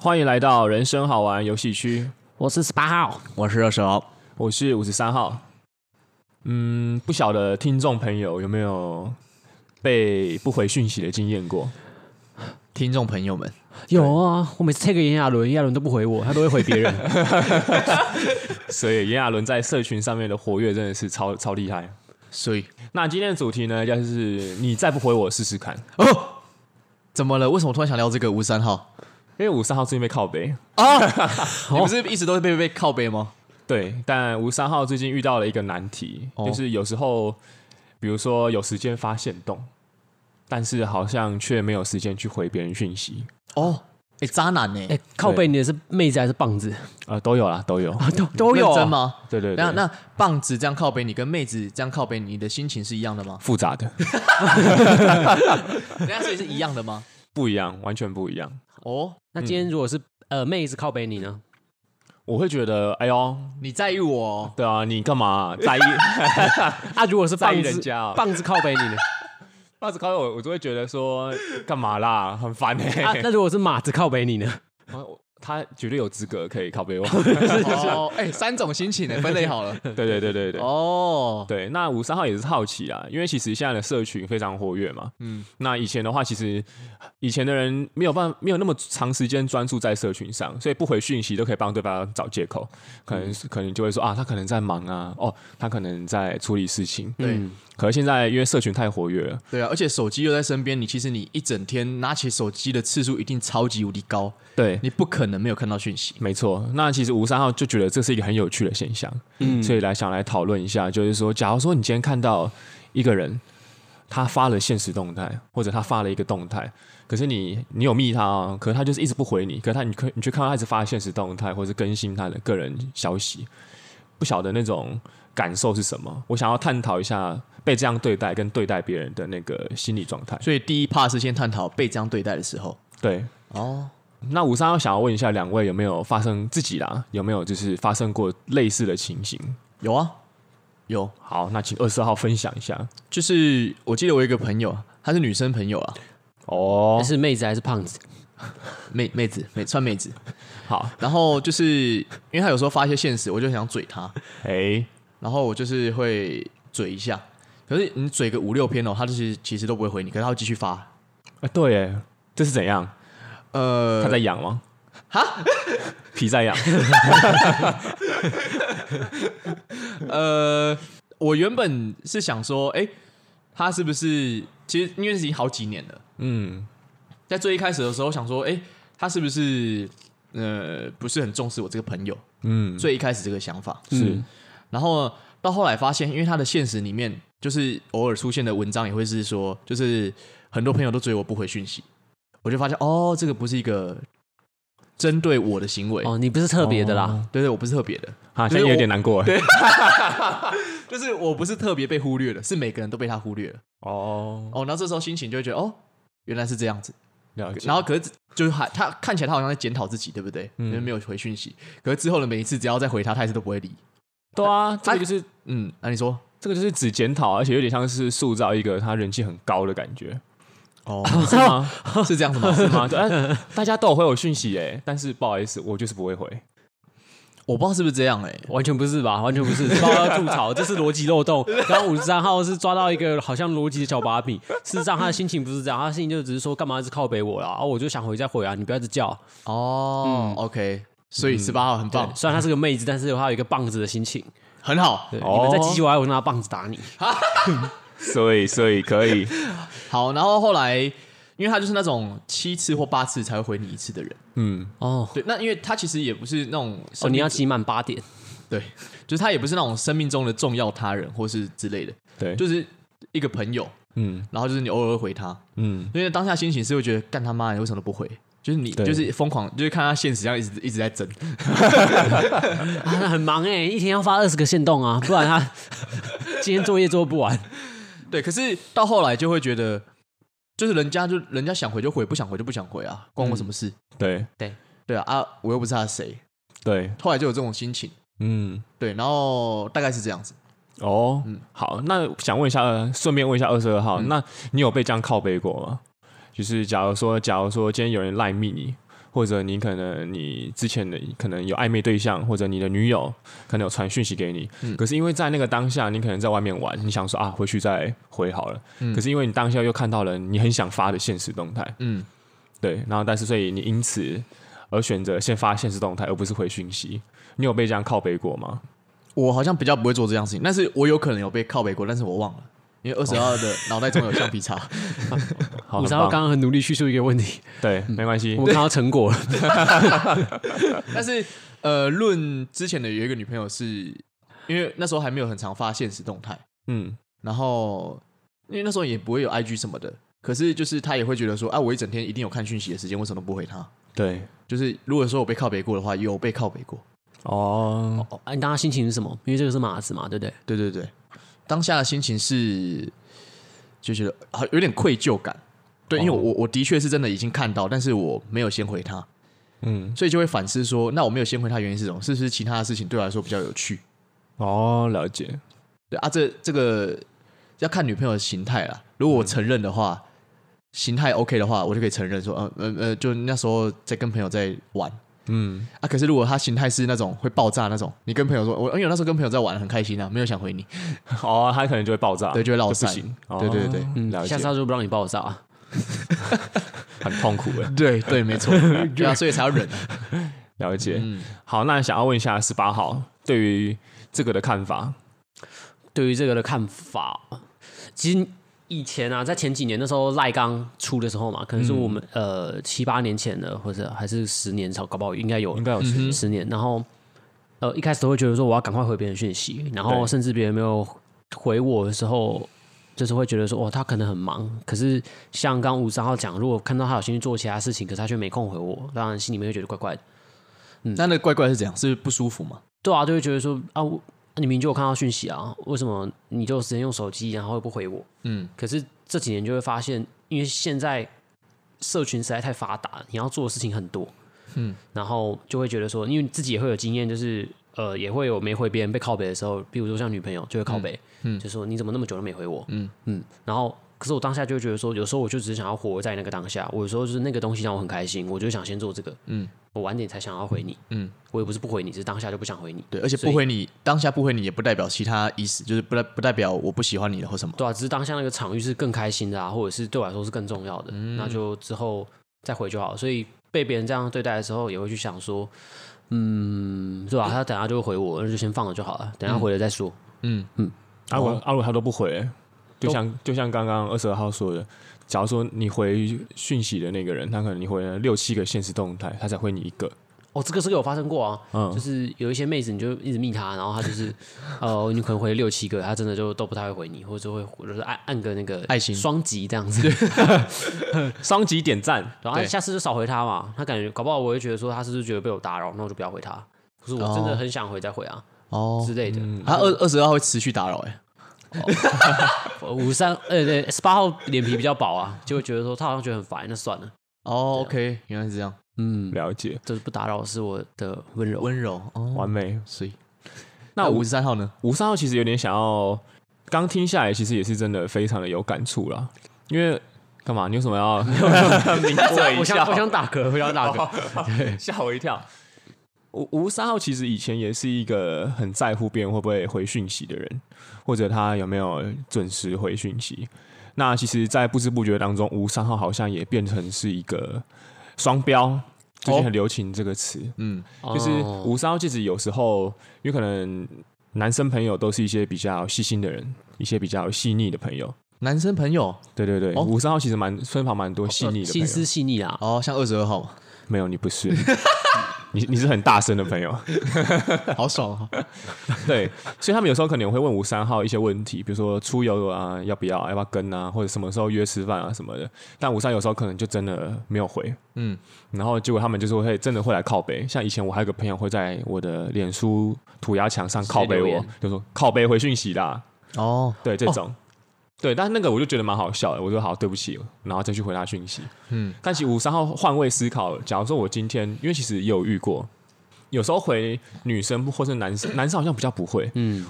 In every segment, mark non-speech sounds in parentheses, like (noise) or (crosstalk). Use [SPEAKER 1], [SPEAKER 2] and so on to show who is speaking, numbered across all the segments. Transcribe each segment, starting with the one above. [SPEAKER 1] 欢迎来到人生好玩游戏区，
[SPEAKER 2] 我是十八号，
[SPEAKER 3] 我是二手，
[SPEAKER 1] 我是五十三号。嗯，不晓得听众朋友有没有被不回讯息的经验过？
[SPEAKER 3] 听众朋友们，
[SPEAKER 2] 有啊，我每次 take 炎亚纶，炎亚纶都不回我，他都会回别人。
[SPEAKER 1] 所以炎亚纶在社群上面的活跃真的是超超厉害。
[SPEAKER 3] 所以
[SPEAKER 1] 那今天的主题呢，就是你再不回我试试看，
[SPEAKER 3] 哦，怎么了？为什么突然想聊这个五三号？
[SPEAKER 1] 因为五三号最近被靠背。
[SPEAKER 3] 你不是一直都被被靠背吗？
[SPEAKER 1] 对，但吴三号最近遇到了一个难题，
[SPEAKER 3] 哦
[SPEAKER 1] 就是有时候，比如说有时间发现动，但是好像却没有时间去回别人讯息，
[SPEAKER 3] 哦，哎，渣男呢、
[SPEAKER 2] (laughs) 哎、靠背你的是妹子还是棒子？
[SPEAKER 1] 呃，都有啦，都有，
[SPEAKER 2] 啊，都都有
[SPEAKER 3] 认真？吗？
[SPEAKER 1] 对对对？
[SPEAKER 3] 那那棒子这样靠背你，跟妹子这样靠背你，你的心情是一样的 (laughs) 吗
[SPEAKER 1] 复杂的，
[SPEAKER 3] 人家所以是一样的吗？
[SPEAKER 1] (laughs) 不一样，完全不一样。
[SPEAKER 3] 哦，
[SPEAKER 2] 那今天如果是、呃妹子靠背你呢？
[SPEAKER 1] 我会觉得，哎呦，
[SPEAKER 3] 你在意我 (laughs) 哦、
[SPEAKER 1] 对啊，你干嘛在 (laughs) 意？
[SPEAKER 2] 啊，如果是
[SPEAKER 1] 在
[SPEAKER 2] 棒
[SPEAKER 1] 意
[SPEAKER 2] 子
[SPEAKER 1] 人家哦
[SPEAKER 2] 棒子靠背你 (laughs) 呢？
[SPEAKER 1] 那子高我我就会觉得说，干嘛啦，很烦哎、
[SPEAKER 2] 啊，那如果是马子靠背你呢？
[SPEAKER 1] 啊我 (laughs) 他绝对有资格可以靠 (laughs) 背我。
[SPEAKER 3] 哦，哎、三种心情呢、分类好了。
[SPEAKER 1] 对对对对对。
[SPEAKER 3] (laughs) 哦，
[SPEAKER 1] 对，那五三号也是好奇啊，因为其实现在的社群非常活跃嘛，嗯，那以前的话，其实以前的人没有办没有那么长时间专注在社群上，所以不回讯息都可以帮对方找借口，可能、是可能就会说啊，他可能在忙啊，哦，他可能在处理事情，
[SPEAKER 3] 对
[SPEAKER 1] 嗯可是现在因为社群太活跃了，
[SPEAKER 3] 对啊，而且手机又在身边，你其实你一整天拿起手机的次数一定超级无敌高，
[SPEAKER 1] 对，
[SPEAKER 3] 你不可能没有看到讯息。
[SPEAKER 1] 没错，那其实吴三号就觉得这是一个很有趣的现象，嗯，所以来想来讨论一下，就是说，假如说你今天看到一个人，他发了现实动态，或者他发了一个动态，可是你你有密他哦，可是他就是一直不回你，可是他你可你却看到他一直发现实动态，或者是更新他的个人消息，不晓得那种感受是什么？我想要探讨一下被这样对待跟对待别人的那个心理状态。
[SPEAKER 3] 所以第一怕是先探讨被这样对待的时候。
[SPEAKER 1] 对，
[SPEAKER 3] 哦，
[SPEAKER 1] 那五三号想要问一下两位有没有发生自己啦，有没有就是发生过类似的情形？
[SPEAKER 3] 有啊，有，
[SPEAKER 1] 好，那请二十号分享一下
[SPEAKER 3] 就是我记得我有一个朋友，她是女生朋友啊，
[SPEAKER 1] 哦
[SPEAKER 2] 那。是妹子还是胖子？
[SPEAKER 3] 妹妹子，妹穿妹子。
[SPEAKER 1] 好，
[SPEAKER 3] 然后就是因为她有时候发一些现实，我就想嘴她，
[SPEAKER 1] 哎、
[SPEAKER 3] 然后我就是会嘴一下。可是你嘴个五六篇哦，她就是其实都不会回你，可是她会继续发。
[SPEAKER 1] 啊对耶，这是怎样？
[SPEAKER 3] 呃，
[SPEAKER 1] 他在痒吗？呃哈， (laughs) 皮在痒。
[SPEAKER 3] 呃，我原本是想说，哎、他是不是其实因为已经好几年了，
[SPEAKER 1] 嗯，
[SPEAKER 3] 在最一开始的时候想说，哎、他是不是呃不是很重视我这个朋友？
[SPEAKER 1] 嗯，
[SPEAKER 3] 最一开始这个想法，
[SPEAKER 1] 是、
[SPEAKER 3] 然后到后来发现，因为他的现实里面就是偶尔出现的文章也会是说，就是很多朋友都追我不回讯息，我就发现哦，这个不是一个针对我的行为。
[SPEAKER 2] 哦，你不是特别的啦，
[SPEAKER 3] 对对，我不是特别的，
[SPEAKER 1] 啊，
[SPEAKER 3] 就
[SPEAKER 1] 哦现
[SPEAKER 3] 是
[SPEAKER 1] 在有
[SPEAKER 3] 我
[SPEAKER 1] 点难过。对，
[SPEAKER 3] 就是我不是特别被忽略的，是每个人都被他忽略了。
[SPEAKER 1] 哦，
[SPEAKER 3] 哦，然后这时候心情就会觉得，哦，原来是这样子。
[SPEAKER 1] 了解。嗯
[SPEAKER 3] 然后可是就是还他看起来他好像在检讨自己，对不对？因为没有回讯息。可是之后的每一次只要再回他，他还是都不会理。
[SPEAKER 1] 对啊，这个就是、
[SPEAKER 3] 嗯，那、你说？
[SPEAKER 1] 这个就是只检讨，而且有点像是塑造一个他人气很高的感觉，
[SPEAKER 3] 哦，
[SPEAKER 1] 是吗？
[SPEAKER 3] (laughs) 是这样子吗？
[SPEAKER 1] 是吗？ (laughs) 对，啊大家都有回我讯息哎，但是不好意思，我就是不会回。
[SPEAKER 3] 我不知道是不是这样哎、
[SPEAKER 2] 完全不是吧？完全不是，不知道要吐槽，这是逻辑漏 (laughs) 洞。然后五十三号是抓到一个好像逻辑的小把柄，事实上他的心情不是这样，他的心情就只是说干嘛一直靠北我啦，啊，我就想回再回啊，你不要一直叫。
[SPEAKER 3] 哦、o k 所以十八号很棒，
[SPEAKER 2] 虽然她是个妹子，但是她有一个棒子的心情。
[SPEAKER 3] 很好。
[SPEAKER 2] 对，
[SPEAKER 1] 哦
[SPEAKER 2] 你们再唧唧歪歪，我拿棒子打你。
[SPEAKER 1] 所以，所以可以，
[SPEAKER 3] 好，然后后来，因为他就是那种七次或八次才会回你一次的人。
[SPEAKER 1] 嗯，
[SPEAKER 2] 哦
[SPEAKER 3] 对，那因为他其实也不是那种
[SPEAKER 2] 哦，
[SPEAKER 3] 生
[SPEAKER 2] 你
[SPEAKER 3] 命
[SPEAKER 2] 要挤满八点，
[SPEAKER 3] 对，就是他也不是那种生命中的重要他人或是之类的，
[SPEAKER 1] 对，
[SPEAKER 3] 就是一个朋友。
[SPEAKER 1] 嗯
[SPEAKER 3] 然后就是你偶尔会回他，
[SPEAKER 1] 嗯，
[SPEAKER 3] 因为当下心情是会觉得干他妈你为什么都不回？就是你
[SPEAKER 1] 对
[SPEAKER 3] 就是疯狂，就是看他现实这样一直一直在整。
[SPEAKER 2] 啊，那很忙哎、一天要发二十个线动 (laughs) 啊，不然她今天作业做不完。
[SPEAKER 3] 对，可是到后来就会觉得，就是人家就人家想回就回，不想回就不想回啊，关我什么事？
[SPEAKER 1] 对
[SPEAKER 3] 对啊啊，我又不是他的谁。
[SPEAKER 1] 对，
[SPEAKER 3] 后来就有这种心情，
[SPEAKER 1] 嗯，
[SPEAKER 3] 对，然后大概是这样子。
[SPEAKER 1] 哦，好，那想问一下，呃顺便问一下二十二号，那你有被这样靠背过吗？就是假如说，假如说今天有人赖密你，或者你可能你之前的可能有暧昧对象，或者你的女友可能有传讯息给你，可是因为在那个当下，你可能在外面玩，你想说啊回去再回好了，可是因为你当下又看到了你很想发的现实动态，
[SPEAKER 3] 嗯，
[SPEAKER 1] 对，然后但是所以你因此而选择先发现实动态，而不是回讯息，你有被这样靠背过吗？
[SPEAKER 3] 我好像比较不会做这样事情，但是我有可能有被靠背过，但是我忘了，因为二十二的脑袋中有橡皮 (laughs) 擦。
[SPEAKER 1] 好，
[SPEAKER 2] 五
[SPEAKER 1] 很
[SPEAKER 2] 三号
[SPEAKER 1] 棒
[SPEAKER 2] 刚刚很努力叙述一个问题，
[SPEAKER 1] 对，没关系
[SPEAKER 2] 我，们看到成果了。
[SPEAKER 3] 但是呃，论之前的有一个女朋友是，因为那时候还没有很常发现实动态，
[SPEAKER 1] 嗯，
[SPEAKER 3] 然后因为那时候也不会有 IG 什么的，可是就是她也会觉得说，啊，我一整天一定有看讯息的时间，为什么都不回她？
[SPEAKER 1] 对，
[SPEAKER 3] 就是如果说我被靠背过的话，有被靠背过。
[SPEAKER 1] 哦，
[SPEAKER 2] 哦，啊你当他心情是什么？因为这个是马子嘛，对不对？
[SPEAKER 3] 对对对，当下的心情是就觉得好有点愧疚感。对，因为我我我的确是真的已经看到，但是我没有先回她，
[SPEAKER 1] 嗯，
[SPEAKER 3] 所以就会反思说，那我没有先回她原因是什么？是不是其他的事情对我来说比较有趣？
[SPEAKER 1] 哦，了解，
[SPEAKER 3] 对啊，这这个要看女朋友的形态啦。如果我承认的话，形态 OK 的话，我就可以承认说，呃呃呃，就那时候在跟朋友在玩
[SPEAKER 1] 嗯，
[SPEAKER 3] 啊。可是如果她形态是那种会爆炸那种，你跟朋友说，我因为我那时候跟朋友在玩很开心啊，没有想回你，
[SPEAKER 1] (laughs) 哦，他可能就会爆炸，
[SPEAKER 3] 对，就会落
[SPEAKER 1] 不
[SPEAKER 3] 散。
[SPEAKER 1] 行，
[SPEAKER 3] 对对对
[SPEAKER 1] 嗯，了
[SPEAKER 2] 下
[SPEAKER 1] 解
[SPEAKER 2] 次，他就不让你爆炸啊。
[SPEAKER 1] 很痛苦哎，
[SPEAKER 3] 对对，没错，对啊，所以才要忍啊。
[SPEAKER 1] 了解。好，那想要问一下十八号对于这个的看法，
[SPEAKER 2] 对于这个的看法，其实以前啊，在前几年那时候赖刚出的时候嘛，可能是我们、
[SPEAKER 1] 嗯
[SPEAKER 2] 呃七八年前的，或者还是十年超，搞不好应该有
[SPEAKER 1] 应该有是
[SPEAKER 2] 十年。然后呃一开始都会觉得说我要赶快回别人讯息，然后
[SPEAKER 1] 对
[SPEAKER 2] 甚至别人没有回我的时候。就是会觉得说，哦，他可能很忙。可是像刚五三号讲，如果看到他有兴趣做其他事情，可是他却没空回我，当然心里面会觉得怪怪的。
[SPEAKER 3] 那那个怪怪是怎样？是不舒服吗？
[SPEAKER 2] 对啊，就会觉得说啊，我你明明就有看到讯息啊，为什么你就有时间用手机，然后又不回我？
[SPEAKER 3] 嗯，
[SPEAKER 2] 可是这几年就会发现，因为现在社群实在太发达，你要做的事情很多，嗯，然后就会觉得说，因为自己也会有经验，就是呃，也会有没回别人被靠北的时候，比如说像女朋友就会靠北，嗯，就说你怎么那么久都没回我，嗯嗯，然后。可是我当下就会觉得说，有时候我就只是想要活在那个当下，我有时候就是那个东西让我很开心，我就想先做这个，嗯，我晚点才想要回你，嗯，我也不是不回你，只是当下就不想回你，
[SPEAKER 3] 对，而且
[SPEAKER 2] 所
[SPEAKER 3] 不
[SPEAKER 2] 以
[SPEAKER 3] 回你，当下不回你也不代表其他意思，就是不代不代表我不喜欢你了或什么。
[SPEAKER 2] 对啊，只是当下那个场域是更开心的啊，或者是对我来说是更重要的，那
[SPEAKER 3] 嗯
[SPEAKER 2] 就之后再回就好了。所以被别人这样对待的时候，也会去想说，嗯，对吧、他等下就会回我，那就先放了就好了，
[SPEAKER 3] 嗯
[SPEAKER 2] 等下回了再说。
[SPEAKER 1] 阿文阿文他都不回欸，就像就像刚刚二十二号说的，假如说你回讯息的那个人，他可能你回了六七个现实动态，他才回你一个，
[SPEAKER 2] 哦，这个是有发生过啊，
[SPEAKER 1] 嗯
[SPEAKER 2] 就是有一些妹子你就一直密她，然后她就是呃，你可能回六七个，她真的就都不太会回你，或者会就是按按个那个
[SPEAKER 3] 爱心
[SPEAKER 2] 双击这样子，
[SPEAKER 1] 双击点赞，
[SPEAKER 2] 然后她
[SPEAKER 3] 对
[SPEAKER 2] 下次就少回她嘛，她感觉搞不好我会觉得说她是不是觉得被我打扰，那我就不要回她。可是我真的
[SPEAKER 3] 哦
[SPEAKER 2] 很想回再回啊、
[SPEAKER 3] 哦，
[SPEAKER 2] 之类的，
[SPEAKER 3] 他二二十二会持续打扰哎、
[SPEAKER 2] 五三呃对十八号脸皮比较薄啊，就会觉得说他好像觉得很烦，那算了，
[SPEAKER 3] 哦、o k 原来是这样，
[SPEAKER 2] 嗯，
[SPEAKER 1] 了解，
[SPEAKER 2] 就是不打扰是我的温柔。
[SPEAKER 3] 温柔哦，
[SPEAKER 1] 完美。
[SPEAKER 3] 所以
[SPEAKER 1] 那
[SPEAKER 3] 那
[SPEAKER 1] 五
[SPEAKER 3] 五十三号呢？
[SPEAKER 1] 五三号其实有点想要，刚听下来其实也是真的非常的有感触啦，因为干嘛？你为什么
[SPEAKER 2] (laughs)
[SPEAKER 1] 要抿嘴
[SPEAKER 2] 我想我想打嗝，我想打嗝。
[SPEAKER 1] 吓我一跳。吴吴三号其实以前也是一个很在乎别人会不会回讯息的人，或者他有没有准时回讯息。那其实，在不知不觉当中，吴三号好像也变成是一个双标，最近很流行这个词。
[SPEAKER 3] 嗯，
[SPEAKER 1] 就是
[SPEAKER 2] 哦
[SPEAKER 1] 五三号戒指，有时候因为可能男生朋友都是一些比较细心的人，一些比较细腻的朋友。
[SPEAKER 3] 男生朋友
[SPEAKER 1] 对对对，
[SPEAKER 3] 哦
[SPEAKER 1] 五三号其实蛮身旁蛮多细腻的朋
[SPEAKER 2] 哦心思
[SPEAKER 1] 友。
[SPEAKER 2] 细腻啊，
[SPEAKER 3] 哦，像二十二号嘛，
[SPEAKER 1] 没有，你不是，你你是很大声的朋友。
[SPEAKER 3] 好爽 (laughs) 哦，
[SPEAKER 1] 对，所以他们有时候可能会问五三号一些问题，比如说出游啊，要不要，要不要跟啊，或者什么时候约吃饭啊什么的。但五三有时候可能就真的没有回，嗯
[SPEAKER 3] 嗯，
[SPEAKER 1] 然后结果他们就是会真的会来靠背。像以前我还有个朋友会在我的脸书涂鸦墙上靠背
[SPEAKER 2] 留
[SPEAKER 1] 我
[SPEAKER 2] 言，
[SPEAKER 1] 就说靠背回讯息啦，
[SPEAKER 3] 哦，
[SPEAKER 1] 对这种。对，但是那个我就觉得蛮好笑的，我说好，对不起，然后再去回他讯息。嗯
[SPEAKER 3] 嗯，
[SPEAKER 1] 但其实五三号换位思考，假如说我今天，因为其实也有遇过，有时候回女生或是男生，男生好像比较不会，
[SPEAKER 2] 嗯，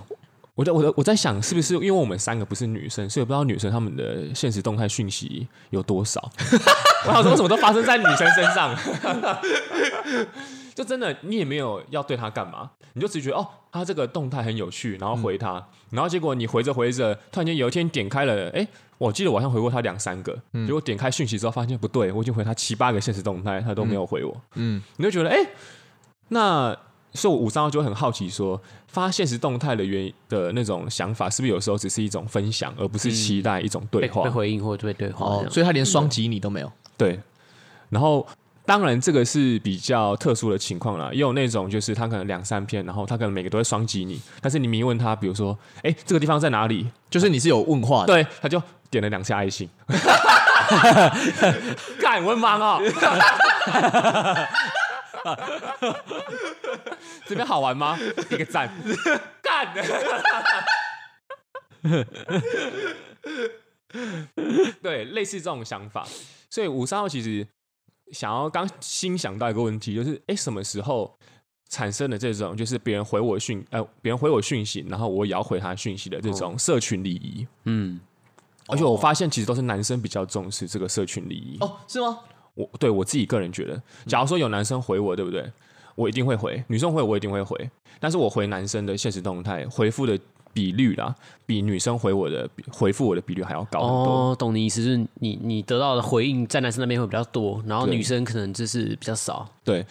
[SPEAKER 1] 我在我在我在想，是不是因为我们三个不是女生，所以不知道女生她们的现实动态讯息有多少？我想说，什么都发生在女生身上， (laughs) 就真的你也没有要对她干嘛，你就只觉得哦，她这个动态很有趣，然后回她，
[SPEAKER 2] 嗯
[SPEAKER 1] 然后结果你回着回着，突然间有一天点开了，哎，我记得我好像回过她两三个，
[SPEAKER 2] 嗯
[SPEAKER 1] 结果点开讯息之后发现不对，我已经回她七八个现实动态，她都没有回我，
[SPEAKER 3] 嗯，
[SPEAKER 1] 你就觉得哎、诶那所以我五三幺就会很好奇说，发现实动态的原因的那种想法，是不是有时候只是一种分享，而不是期待一种对
[SPEAKER 2] 被
[SPEAKER 1] 话？
[SPEAKER 2] 嗯被回应或者被对话这
[SPEAKER 3] 哦
[SPEAKER 2] 样，
[SPEAKER 3] 所以他连双击你都没有，
[SPEAKER 1] 对，然后当然这个是比较特殊的情况啦，也有那种就是他可能两三篇，然后他可能每个都会双击你，但是你明问他，比如说，哎、这个地方在哪里？
[SPEAKER 3] 就是你是有问话的，
[SPEAKER 1] 对，他就点了两下爱心。干文盲哦，这边好玩吗？一个赞，干的。 (laughs) 对，类似这种想法，所以五三号其实想要刚新想到一个问题，就是哎，诶什么时候产生的这种就是别人回我讯，呃，别人回我讯息，然后我也要回他讯息的这种社群礼仪？
[SPEAKER 2] 嗯，
[SPEAKER 1] 而且我发现其实都是男生比较重视这个社群礼仪。
[SPEAKER 3] 哦，是吗？
[SPEAKER 1] 我对我自己个人觉得，假如说有男生回我，对不对？我一定会回，女生回我一定会回，但是我回男生的现实动态回复的比率啦，比女生回我的比回复我的比率还要高很多。
[SPEAKER 2] 哦，懂你意思，就是你你得到的回应在男生那边会比较多，然后
[SPEAKER 1] 对
[SPEAKER 2] 女生可能就是比较少。
[SPEAKER 1] 对，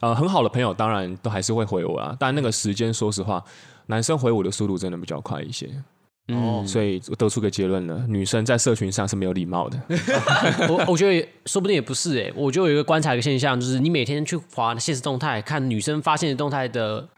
[SPEAKER 1] 呃，很好的朋友当然都还是会回我啊，但那个时间说实话，男生回我的速度真的比较快一些，
[SPEAKER 2] 嗯，
[SPEAKER 1] 所以我得出个结论了，女生在社群上是没有礼貌的。
[SPEAKER 2] 我我觉得也说不定也不是哎、我就有一个观察一个现象，就是你每天去划现实动态，看女生发现实动态的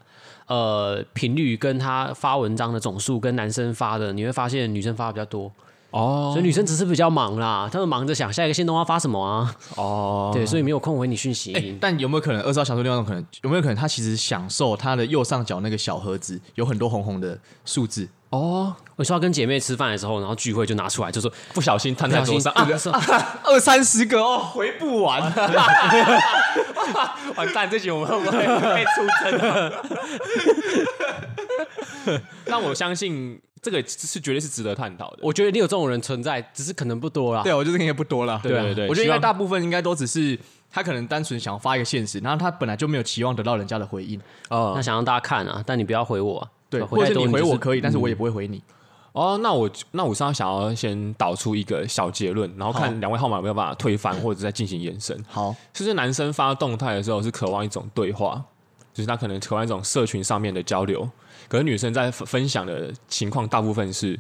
[SPEAKER 2] 呃频率，跟她发文章的总数，跟男生发的，你会发现女生发的比较多，
[SPEAKER 1] 哦
[SPEAKER 2] 所以女生只是比较忙啦，她们忙着想下一个新动画发什么啊，
[SPEAKER 1] 哦，
[SPEAKER 2] 对，所以没有空回你讯息。
[SPEAKER 3] 哎、但有没有可能二少想出另外一种可能？有没有可能他其实享受他的右上角那个小盒子有很多红红的数字？
[SPEAKER 1] 哦，
[SPEAKER 2] 我说要跟姐妹吃饭的时候，然后聚会就拿出来，就
[SPEAKER 3] (laughs)
[SPEAKER 2] 说
[SPEAKER 1] 不小心摊
[SPEAKER 2] 不
[SPEAKER 1] 在
[SPEAKER 2] 小
[SPEAKER 1] 桌
[SPEAKER 2] 心
[SPEAKER 1] 上，啊
[SPEAKER 2] 对说
[SPEAKER 3] 二三十个哦，回不完。
[SPEAKER 1] 完蛋，这集我们会不会被出征啊？但我相信这个是绝对是值得探讨的。
[SPEAKER 2] 我觉得你有这种人存在，只是可能不多啦。
[SPEAKER 3] 啊对，我觉得应该不多啊了。
[SPEAKER 1] 对对对
[SPEAKER 3] 我觉得应
[SPEAKER 1] 希
[SPEAKER 3] 该
[SPEAKER 1] 望
[SPEAKER 3] 大部分应该都只是他可能单纯想发一个现实，然后他本来就没有期望得到人家的回应。
[SPEAKER 2] 那
[SPEAKER 1] 哦
[SPEAKER 2] 想让大家看啊，但你不要回我、啊，
[SPEAKER 3] 对，
[SPEAKER 2] 回
[SPEAKER 3] 或
[SPEAKER 2] 太
[SPEAKER 3] 者
[SPEAKER 2] 多
[SPEAKER 3] 你回我
[SPEAKER 2] 就是
[SPEAKER 3] 可以，但是我嗯也不会回你。
[SPEAKER 1] 哦，那我那我上想要先导出一个小结论，然后看两位号码有没有办法推翻或者再进行延伸。
[SPEAKER 3] 好，
[SPEAKER 1] 是不是男生发动态的时候是渴望一种对话，就是他可能渴望一种社群上面的交流，可是女生在分分享的情况大部分是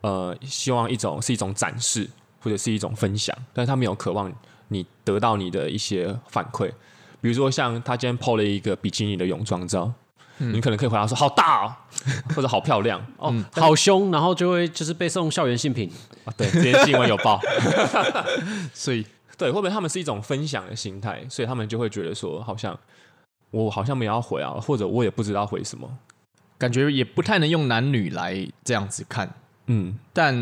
[SPEAKER 1] 呃希望一种是一种展示或者是一种分享，但是他没有渴望你得到你的一些反馈，比如说像他今天 PO 了一个比基尼的泳装照。你可能可以回答说好大哦， (laughs) 或者好漂亮哦，
[SPEAKER 3] 嗯
[SPEAKER 2] 哦，好凶，然后就会就是被送校园性品。
[SPEAKER 1] 啊对，这些新闻有报，
[SPEAKER 3] (laughs) 所以
[SPEAKER 1] 对，会不会他们是一种分享的心态，所以他们就会觉得说，好像我好像没有要回啊，或者我也不知道回什么。
[SPEAKER 3] 感觉也不太能用男女来这样子看。
[SPEAKER 1] 嗯，
[SPEAKER 3] 但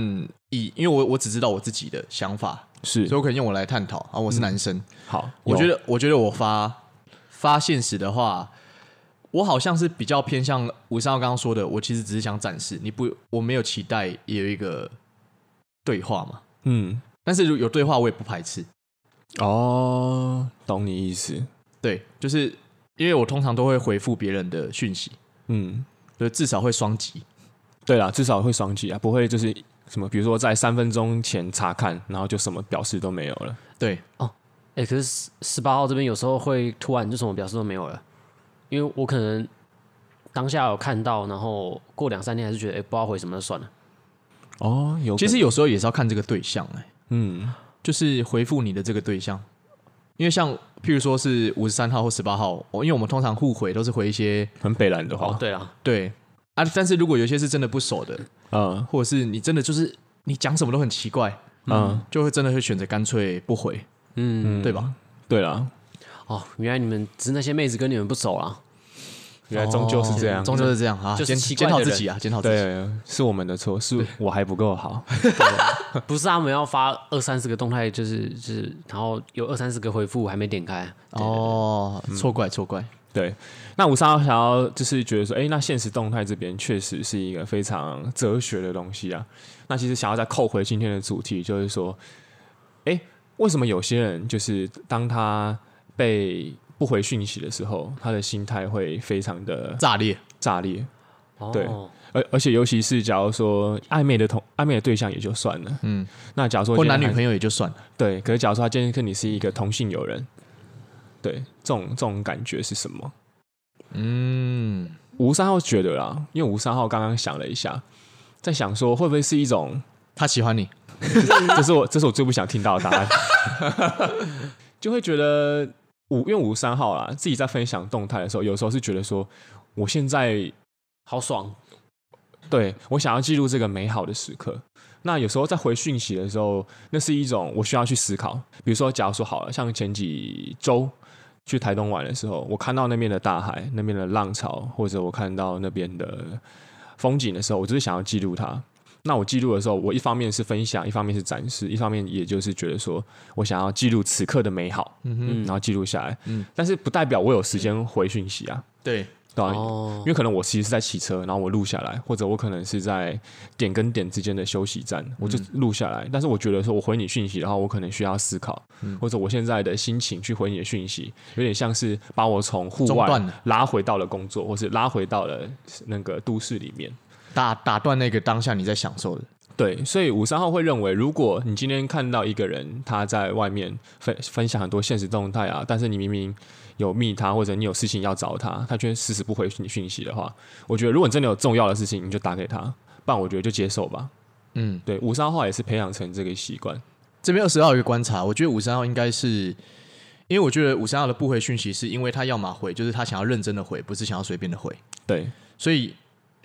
[SPEAKER 3] 以因为我我只知道我自己的想法，
[SPEAKER 1] 是
[SPEAKER 3] 所以我可能用我来探讨啊。我是男生，
[SPEAKER 1] 好，
[SPEAKER 3] 我
[SPEAKER 1] 有
[SPEAKER 3] 觉得我觉得我发发现实的话，我好像是比较偏向吴三号刚刚说的，我其实只是想展示，你不我没有期待也有一个对话嘛。
[SPEAKER 1] 嗯，
[SPEAKER 3] 但是如有对话，我也不排斥。
[SPEAKER 1] 哦，懂你意思，
[SPEAKER 3] 对，就是因为我通常都会回复别人的讯息，
[SPEAKER 1] 嗯，
[SPEAKER 3] 就至少会双击。
[SPEAKER 1] 对啦，至少会双击啊，不会就是什么，比如说在三分钟前查看，然后就什么表示都没有了。
[SPEAKER 3] 对，
[SPEAKER 2] 哎、可是十八号这边有时候会突然就什么表示都没有了，因为我可能当下有看到，然后过两三天还是觉得哎、诶不知道回什么就算了。
[SPEAKER 1] 哦，有
[SPEAKER 3] 其实有时候也是要看这个对象、哎，
[SPEAKER 1] 嗯，
[SPEAKER 3] 就是回复你的这个对象，因为像譬如说是五十三号或十八号，哦我因为我们通常互回都是回一些
[SPEAKER 1] 很北蓝的话，
[SPEAKER 2] 哦，对了，
[SPEAKER 3] 对啊，但是如果有一些是真的不熟的，
[SPEAKER 1] 嗯
[SPEAKER 3] 或者是你真的就是你讲什么都很奇怪，
[SPEAKER 1] 嗯，
[SPEAKER 3] 就会真的会选择干脆不回，
[SPEAKER 2] 嗯，
[SPEAKER 3] 对吧？
[SPEAKER 1] 对啦，
[SPEAKER 2] 哦，原来你们只是那些妹子跟你们不熟啊啦。
[SPEAKER 1] 原来终究是这样，
[SPEAKER 3] 终究是这样啊，
[SPEAKER 2] 就是
[SPEAKER 3] 检
[SPEAKER 2] 奇
[SPEAKER 3] 检
[SPEAKER 2] 怪的
[SPEAKER 3] 讨
[SPEAKER 2] 人
[SPEAKER 3] 自己啊，检讨自己。
[SPEAKER 1] 对，哦是我们的错，是我还不够好。
[SPEAKER 2] 不是他们要发二三十个动态，就是就是，然后有二三十个回复还没点开。
[SPEAKER 1] 嗯
[SPEAKER 3] 哦，错怪错怪，
[SPEAKER 1] 对，那五三号想要就是觉得说，哎、那现实动态这边确实是一个非常哲学的东西啊。那其实想要再扣回今天的主题，就是说，哎、为什么有些人就是当他被不回讯息的时候，他的心态会非常的
[SPEAKER 3] 炸裂，
[SPEAKER 1] 炸裂？
[SPEAKER 2] 哦，
[SPEAKER 1] 对而而且尤其是假如说暧昧的同暧昧的对象也就算了，嗯，那假如说
[SPEAKER 3] 或男女
[SPEAKER 1] 友。
[SPEAKER 3] 朋友也就算了。
[SPEAKER 1] 对，可是假如说他今天跟你是一个同性友人，对，这种这种感觉是什么？
[SPEAKER 3] 嗯，
[SPEAKER 1] 吴三号觉得啦，因为吴三号刚刚想了一下，在想说会不会是一种，
[SPEAKER 3] 他喜欢你，
[SPEAKER 1] 这是我 (laughs) 这是我最不想听到的答案， (laughs) 就会觉得五，因为吴三号啦，自己在分享动态的时候，有时候是觉得说，我现在
[SPEAKER 2] 好爽，
[SPEAKER 1] 对我想要记录这个美好的时刻。那有时候在回讯息的时候，那是一种我需要去思考。比如说，假如说好了，像前几周去台东玩的时候，我看到那边的大海、那边的浪潮，或者我看到那边的风景的时候，我就是想要记录它。那我记录的时候，我一方面是分享，一方面是展示，一方面也就是觉得说我想要记录此刻的美好，嗯，然后记录下来。嗯，但是不代表我有时间回讯息啊，
[SPEAKER 3] 对，
[SPEAKER 1] 对吧、
[SPEAKER 2] 哦
[SPEAKER 1] 因，为可能我其实是在骑车，然后我录下来，或者我可能是在点跟点之间的休息
[SPEAKER 3] 嗯
[SPEAKER 1] 站，我就录下来。但是我觉得说，我回你讯息，然后我可能需要思考，
[SPEAKER 3] 嗯
[SPEAKER 1] 或者我现在的心情去回你的讯息，有点像是把我从户
[SPEAKER 3] 中断
[SPEAKER 1] 外
[SPEAKER 3] 了
[SPEAKER 1] 拉回到了工作，或是拉回到了那个都市里面。
[SPEAKER 3] 打打断那个当下你在享受的。
[SPEAKER 1] 对，所以五三号会认为，如果你今天看到一个人他在外面分分享很多现实动态啊，但是你明明有密他，或者你有事情要找他，他却迟迟不回你讯息的话，我觉得如果你真的有重要的事情，你就打给他，不然我觉得就接受吧。
[SPEAKER 3] 嗯，
[SPEAKER 1] 对，五三号也是培养成这个习惯，
[SPEAKER 3] 这边二十号有一个观察，我觉得五三号应该是，因为我觉得五三号的不回讯息，是因为他要么回，就是他想要认真的回，不是想要随便的回。
[SPEAKER 1] 对
[SPEAKER 3] 所以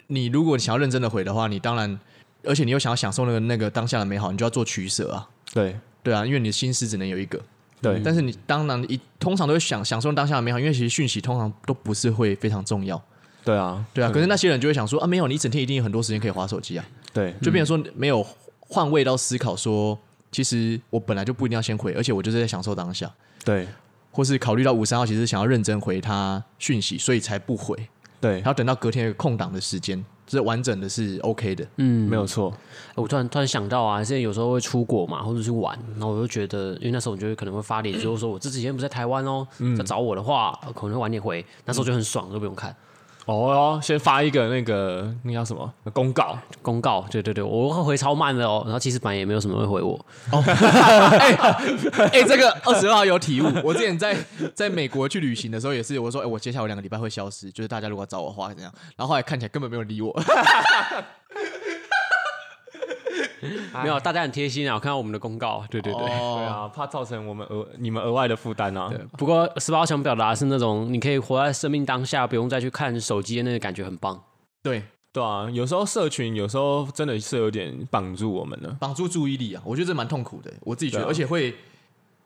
[SPEAKER 3] 你如果想要认真的回的话，你当然，而且你又想要享受那个那个当下的美好，你就要做取舍啊，
[SPEAKER 1] 对
[SPEAKER 3] 对啊，因为你的心思只能有一个。
[SPEAKER 1] 对，
[SPEAKER 3] 但是你当然一通常都会享享受当下的美好，因为其实讯息通常都不是会非常重要，
[SPEAKER 1] 对啊，
[SPEAKER 3] 对啊。可是那些人就会想说啊，没有，你一整天一定有很多时间可以划手机啊，
[SPEAKER 1] 对
[SPEAKER 3] 就变成说没有换位到思考说，其实我本来就不一定要先回，而且我就是在享受当下，
[SPEAKER 1] 对
[SPEAKER 3] 或是考虑到五三号其实想要认真回他讯息，所以才不回，
[SPEAKER 1] 对
[SPEAKER 3] 然，后等到隔天有个空档的时间，这完整的是 OK 的。
[SPEAKER 2] 嗯，
[SPEAKER 1] 没有错，
[SPEAKER 2] 我突然突然想到啊，现在有时候会出国嘛，或者去玩，然后我就觉得，因为那时候我就会可能会发脸书说，我这几天不在台湾哦，要找我的话，我可能会晚点回，那时候就很爽，都不用看
[SPEAKER 1] 哦哟，先发一个那个那叫什么公告，
[SPEAKER 2] 公告，对对对，我会回超慢的哦，然后其实本来也没有什么人会回我，
[SPEAKER 3] (laughs) 哎、这个二十号有体悟。我之前在在美国去旅行的时候也是，我说，哎、我接下来我两个礼拜会消失，就是大家如果要找我的话怎样？然后后来看起来根本没有理我。 (laughs)
[SPEAKER 1] 哎
[SPEAKER 2] 没有，大家很贴心啊，我看到我们的公告，对对
[SPEAKER 3] 哦
[SPEAKER 2] 对。
[SPEAKER 1] 对啊，怕造成我们额你们额外的负担啊，
[SPEAKER 2] 不过十八想表达的是那种你可以活在生命当下，不用再去看手机的那个感觉，很棒。
[SPEAKER 3] 对，
[SPEAKER 1] 对啊，有时候社群有时候真的是有点绑住我们了。
[SPEAKER 3] 绑住注意力啊，我觉得这蛮痛苦的，我自己觉得，
[SPEAKER 1] 对啊
[SPEAKER 3] 而且会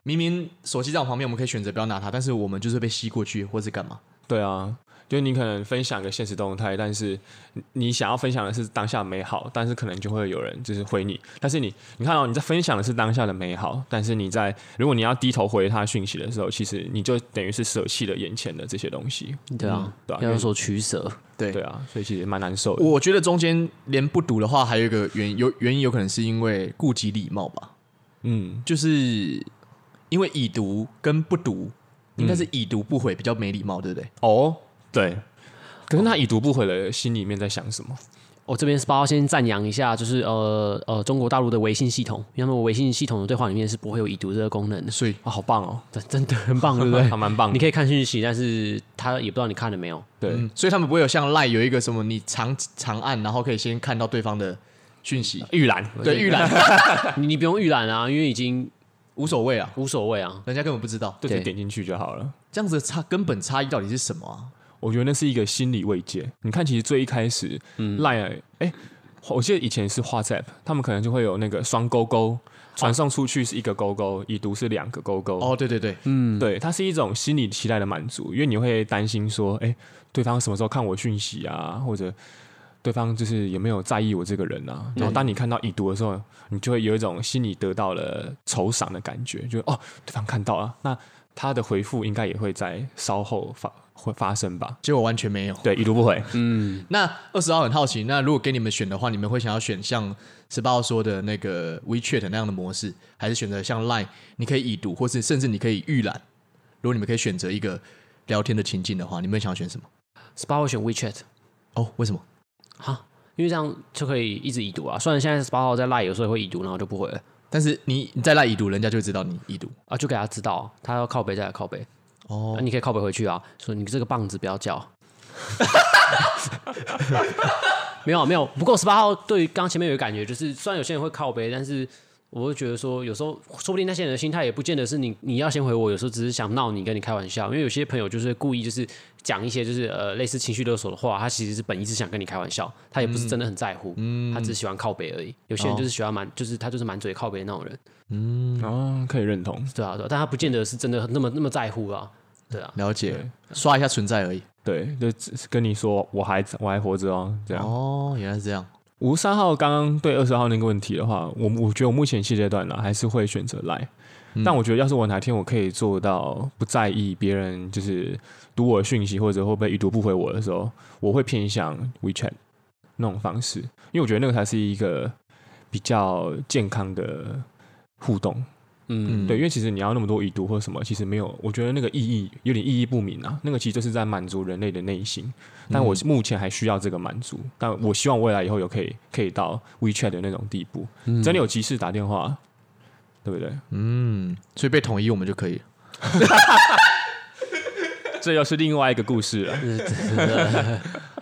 [SPEAKER 3] 明明手机在我旁边，我们可以选择不要拿它，但是我们就是被吸过去，或是干嘛？
[SPEAKER 1] 对啊，就你可能分享个现实动态，但是你你想要分享的是当下美好，但是可能就会有人就是回你。但是你你看到、哦你在分享的是当下的美好，但是你在如果你要低头回他讯息的时候，其实你就等于是舍弃了眼前的这些东西。
[SPEAKER 2] 对啊，
[SPEAKER 1] 对啊
[SPEAKER 2] 要有所取舍。
[SPEAKER 3] 对
[SPEAKER 1] 对啊，所以其实蛮难受的。
[SPEAKER 3] 我觉得中间连不读的话，还有一个原因，有原因有可能是因为顾及礼貌吧，
[SPEAKER 1] 嗯，
[SPEAKER 3] 就是因为已读跟不读，应该是已读不回比较没礼貌，对不对？
[SPEAKER 1] 哦，对。可是他已读不回的心里面在想什么？
[SPEAKER 2] 我、哦这边十八号先赞扬一下，就是呃呃中国大陆的微信系统，因为他们微信系统的对话里面是不会有已读这个功能的，
[SPEAKER 3] 所以
[SPEAKER 1] 啊，好棒哦，
[SPEAKER 2] 真真的很棒，对不对
[SPEAKER 1] (laughs) 还？蛮棒
[SPEAKER 2] 你
[SPEAKER 1] 的。
[SPEAKER 2] 可以看讯息，但是他也不知道你看了没有。
[SPEAKER 1] 对，
[SPEAKER 3] 嗯，所以他们不会有像赖有一个什么你长长按，然后可以先看到对方的讯息，
[SPEAKER 1] 预览
[SPEAKER 3] 对预览
[SPEAKER 2] 你你不用预览啊，因为已经
[SPEAKER 3] 无所谓啊，
[SPEAKER 2] 无所谓啊。
[SPEAKER 3] 人家根本不知道，
[SPEAKER 1] 就是
[SPEAKER 2] 对
[SPEAKER 1] 点进去就好了。
[SPEAKER 3] 这样子的差根本差异到底是什么啊？
[SPEAKER 1] 我觉得那是一个心理慰藉。你看，其实最一开始，赖哎、我记得以前是 WhatsApp，他们可能就会有那个双勾勾，传送出去是一个勾勾，已读是两个勾勾。
[SPEAKER 3] 哦，对对对，
[SPEAKER 1] 对，它是一种心理期待的满足，因为你会担心说，哎、对方什么时候看我讯息啊，或者对方就是有没有在意我这个人啊。然后当你看到已读的时候，你就会有一种心里得到了酬赏的感觉，就哦，对方看到了，那他的回复应该也会在稍后发会发生吧？
[SPEAKER 3] 结果完全没有。
[SPEAKER 1] 对，已读不回。
[SPEAKER 2] 嗯，
[SPEAKER 3] 那二十号很好奇，那如果给你们选的话，你们会想要选像十八号说的那个 WeChat 那样的模式，还是选择像 Line，你可以已读，或是甚至你可以预览？如果你们可以选择一个聊天的情境的话，你们想要选什么？
[SPEAKER 2] s p a 会选 WeChat
[SPEAKER 3] 哦，为什么？
[SPEAKER 2] 哈，因为这样就可以一直已读啊。虽然现在 s p a 号在 Line 有时候也会已读，然后就不回了
[SPEAKER 3] 但是你你在 Line 已读，人家就会知道你已读。
[SPEAKER 2] 啊，就给他知道啊他要靠北再来靠北。
[SPEAKER 3] 哦
[SPEAKER 2] 啊，你可以靠北回去啊，说你这个棒子不要叫。 (laughs) 没有啊没有，不过十八号对于刚前面有一个感觉，就是虽然有些人会靠北，但是我会觉得说，有时候说不定那些人的心态也不见得是你你要先回我，有时候只是想闹你，跟你开玩笑。因为有些朋友就是故意就是讲一些就是呃类似情绪勒索的话，他其实是本意是想跟你开玩笑，他也不是真的很在乎，他只是喜欢靠北而已。有些人就是喜欢满，就是他就是满嘴靠北的那种人，
[SPEAKER 1] 哦，可以认同。
[SPEAKER 2] 对啊对啊，但他不见得是真的那么那么在乎啊，对啊。
[SPEAKER 3] 了解，刷一下存在而已。
[SPEAKER 1] 对，就只是跟你说我还我还活着哦，这样。
[SPEAKER 3] 哦，原来是这样。
[SPEAKER 1] 五十三号刚刚对二十号那个问题的话，我我觉得我目前现阶段呢还是会选择来，但我觉得要是我哪天我可以做到不在意别人就是读我的讯息或者会不会已读不回我的时候，我会偏向 WeChat 那种方式，因为我觉得那个才是一个比较健康的互动。
[SPEAKER 2] 嗯
[SPEAKER 1] 对，因为其实你要那么多已读或什么，其实没有，我觉得那个意义有点意义不明啊。那个其实就是在满足人类的内心，但我目前还需要这个满足，但我希望未来以后有可以可以到 WeChat 的那种地步，真的有急事打电话，对不对？
[SPEAKER 3] 嗯，所以被统一我们就可以了。
[SPEAKER 1] 这又是另外一个故事了。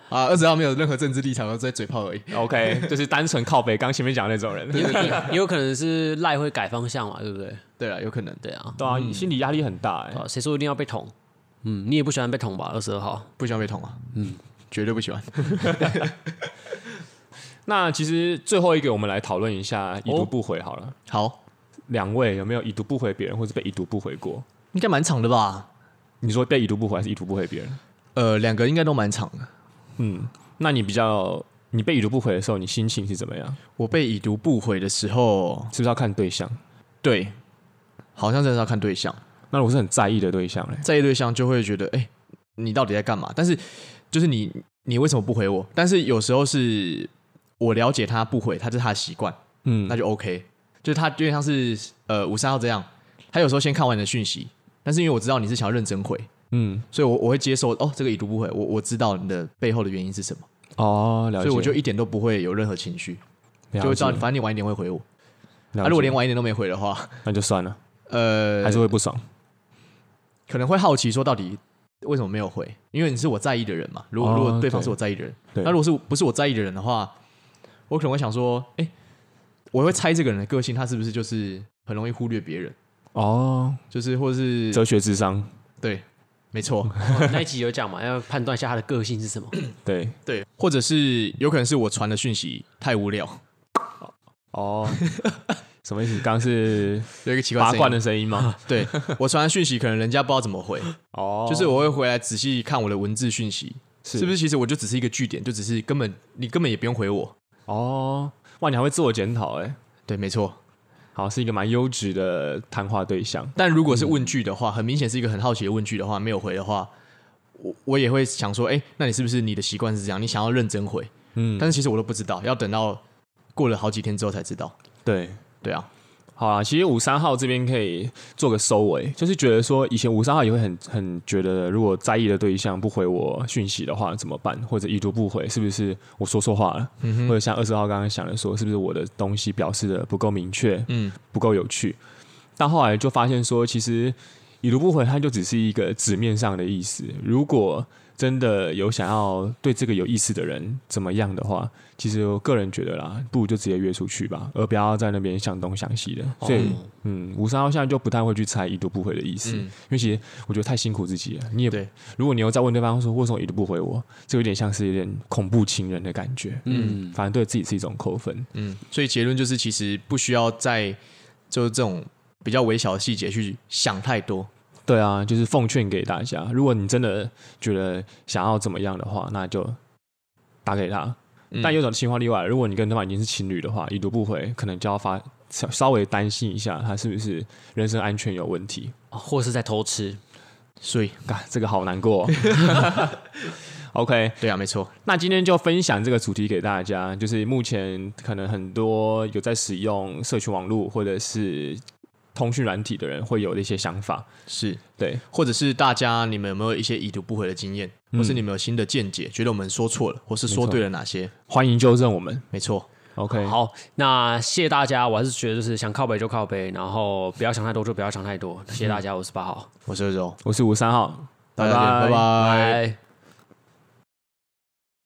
[SPEAKER 3] 啊，二十号没有任何政治立场，都在嘴炮而已。
[SPEAKER 1] OK，就是单纯靠北，刚前面讲的那种人，
[SPEAKER 2] 也也也有可能是赖会改方向嘛，对不对？
[SPEAKER 3] 对了，有可能。
[SPEAKER 2] 对啊，
[SPEAKER 1] 对啊，心理压力很大哎、
[SPEAKER 2] 啊谁说一定要被捅？嗯，你也不喜欢被捅吧？二十二号，
[SPEAKER 3] 不喜欢被捅啊，嗯，绝对不喜欢。
[SPEAKER 1] 那其实最后一个，我们来讨论一下已读不回好了。
[SPEAKER 3] 好，
[SPEAKER 1] 两位有没有已读不回别人，或者被已读不回过？
[SPEAKER 3] 应该蛮长的吧？
[SPEAKER 1] 你说被已读不回还是已读不回别人？
[SPEAKER 3] 呃，两个应该都蛮长的。
[SPEAKER 1] 嗯，那你比较，你被已读不回的时候，你心情是怎么样？
[SPEAKER 3] 我被已读不回的时候，
[SPEAKER 1] 是不是要看对象？
[SPEAKER 3] 对，好像真的是要看对象，
[SPEAKER 1] 那我是很在意的对象嘞。
[SPEAKER 3] 在意对象就会觉得，哎、你到底在干嘛？但是就是你，你为什么不回我？但是有时候是我了解他不回，他这是他的习惯，
[SPEAKER 1] 嗯
[SPEAKER 3] 那，就 OK。就是他就像是呃五三号这样，他有时候先看完你的讯息，但是因为我知道你是想要认真回，
[SPEAKER 1] 嗯，
[SPEAKER 3] 所以我我会接受哦，这个已读不回，我我知道你的背后的原因是什么，
[SPEAKER 1] 哦，了解。
[SPEAKER 3] 所以我就一点都不会有任何情绪，
[SPEAKER 1] 了解
[SPEAKER 3] 就会知道，反正你晚一点会回我。
[SPEAKER 1] 了解
[SPEAKER 3] 啊，如果连晚一点都没回的话，
[SPEAKER 1] 那就算了，
[SPEAKER 3] 呃，
[SPEAKER 1] 还是会不爽。
[SPEAKER 3] 可能会好奇说到底为什么没有回，因为你是我在意的人嘛。如果、
[SPEAKER 1] 哦
[SPEAKER 3] 如果对方是我在意的人，
[SPEAKER 1] 对
[SPEAKER 3] 那如果是不是我在意的人的话，我可能会想说，哎、我会猜这个人的个性，他是不是就是很容易忽略别人，
[SPEAKER 1] 哦，
[SPEAKER 3] 就是或是
[SPEAKER 1] 哲学智嗯商，
[SPEAKER 3] 对，没错，
[SPEAKER 2] 那一集有讲嘛，要判断一下他的个性是什么。
[SPEAKER 1] 对，
[SPEAKER 3] 对，或者是有可能是我传的讯息太无聊， (laughs)
[SPEAKER 1] 哦， (laughs) 什么意思？刚刚
[SPEAKER 3] (laughs)
[SPEAKER 1] 是
[SPEAKER 3] 有一个奇怪
[SPEAKER 1] 拔罐
[SPEAKER 3] 的
[SPEAKER 1] 的声音吗？
[SPEAKER 3] 声音，对我传的讯息，可能人家不知道怎么回，
[SPEAKER 1] (laughs) 哦，
[SPEAKER 3] 就是我会回来仔细看我的文字讯息。是不是其实我就只是一个据点，就只是根本你根本也不用回我。
[SPEAKER 1] 哦，哇，你还会自我检讨哎。
[SPEAKER 3] 对，没错。
[SPEAKER 1] 好，是一个蛮优质的谈话对象。
[SPEAKER 3] 但如果是问句的话，很明显是一个很好奇的问句的话，没有回的话，我我也会想说，哎、那你是不是你的习惯是这样？你想要认真回，
[SPEAKER 1] 嗯，
[SPEAKER 3] 但是其实我都不知道，要等到过了好几天之后才知道。
[SPEAKER 1] 对，
[SPEAKER 3] 对啊，
[SPEAKER 1] 好啦，其实五三号这边可以做个收尾，就是觉得说，以前五三号也会很很觉得，如果在意的对象不回我讯息的话怎么办，或者已读不回，是不是我说错话了？或者像二十号刚刚想的说，是不是我的东西表示的不够明确，
[SPEAKER 3] 嗯，
[SPEAKER 1] 不够有趣？但后来就发现说，其实已读不回，它就只是一个纸面上的意思。如果真的有想要对这个有意思的人怎么样的话，其实我个人觉得啦，不如就直接约出去吧，而不要在那边想东想西的。所以，
[SPEAKER 2] 哦
[SPEAKER 1] 嗯，五三号现在就不太会去猜已读不回的意思，因为其实我觉得太辛苦自己了。你也
[SPEAKER 3] 对，
[SPEAKER 1] 如果你又再问对方说为什么已读不回我，这有点像是有点恐怖情人的感觉。嗯，反正对自己是一种扣分。
[SPEAKER 3] 嗯，所以结论就是，其实不需要在就是这种比较微小的细节去想太多。
[SPEAKER 1] 对啊，就是奉劝给大家，如果你真的觉得想要怎么样的话，那就打给他。
[SPEAKER 3] 嗯
[SPEAKER 1] 但有种情况例外，如果你跟对方已经是情侣的话，已读不回，可能就要发稍稍微担心一下，他是不是人身安全有问题？
[SPEAKER 2] 哦或是在偷吃。
[SPEAKER 3] 所以
[SPEAKER 1] 啊，这个好难过、哦。OK，
[SPEAKER 3] 对啊，没错，
[SPEAKER 1] 那今天就分享这个主题给大家，就是目前可能很多有在使用社群网络或者是通讯软体的人会有的一些想法。
[SPEAKER 3] 是，
[SPEAKER 1] 对，
[SPEAKER 3] 或者是大家你们有没有一些已读不回的经验，或是你们有新的见解，觉得我们说嗯错了，或是说对了哪些？
[SPEAKER 1] 欢迎纠正我们。
[SPEAKER 3] 没错，
[SPEAKER 1] OK，
[SPEAKER 2] 好，那谢谢大家，我还是觉得就是想靠北就靠北，然后不要想太多就不要想太多。谢谢大家，我是八号，
[SPEAKER 3] 我是柔柔，
[SPEAKER 1] 我是吴三号，哎
[SPEAKER 3] 大家见拜拜
[SPEAKER 2] 拜。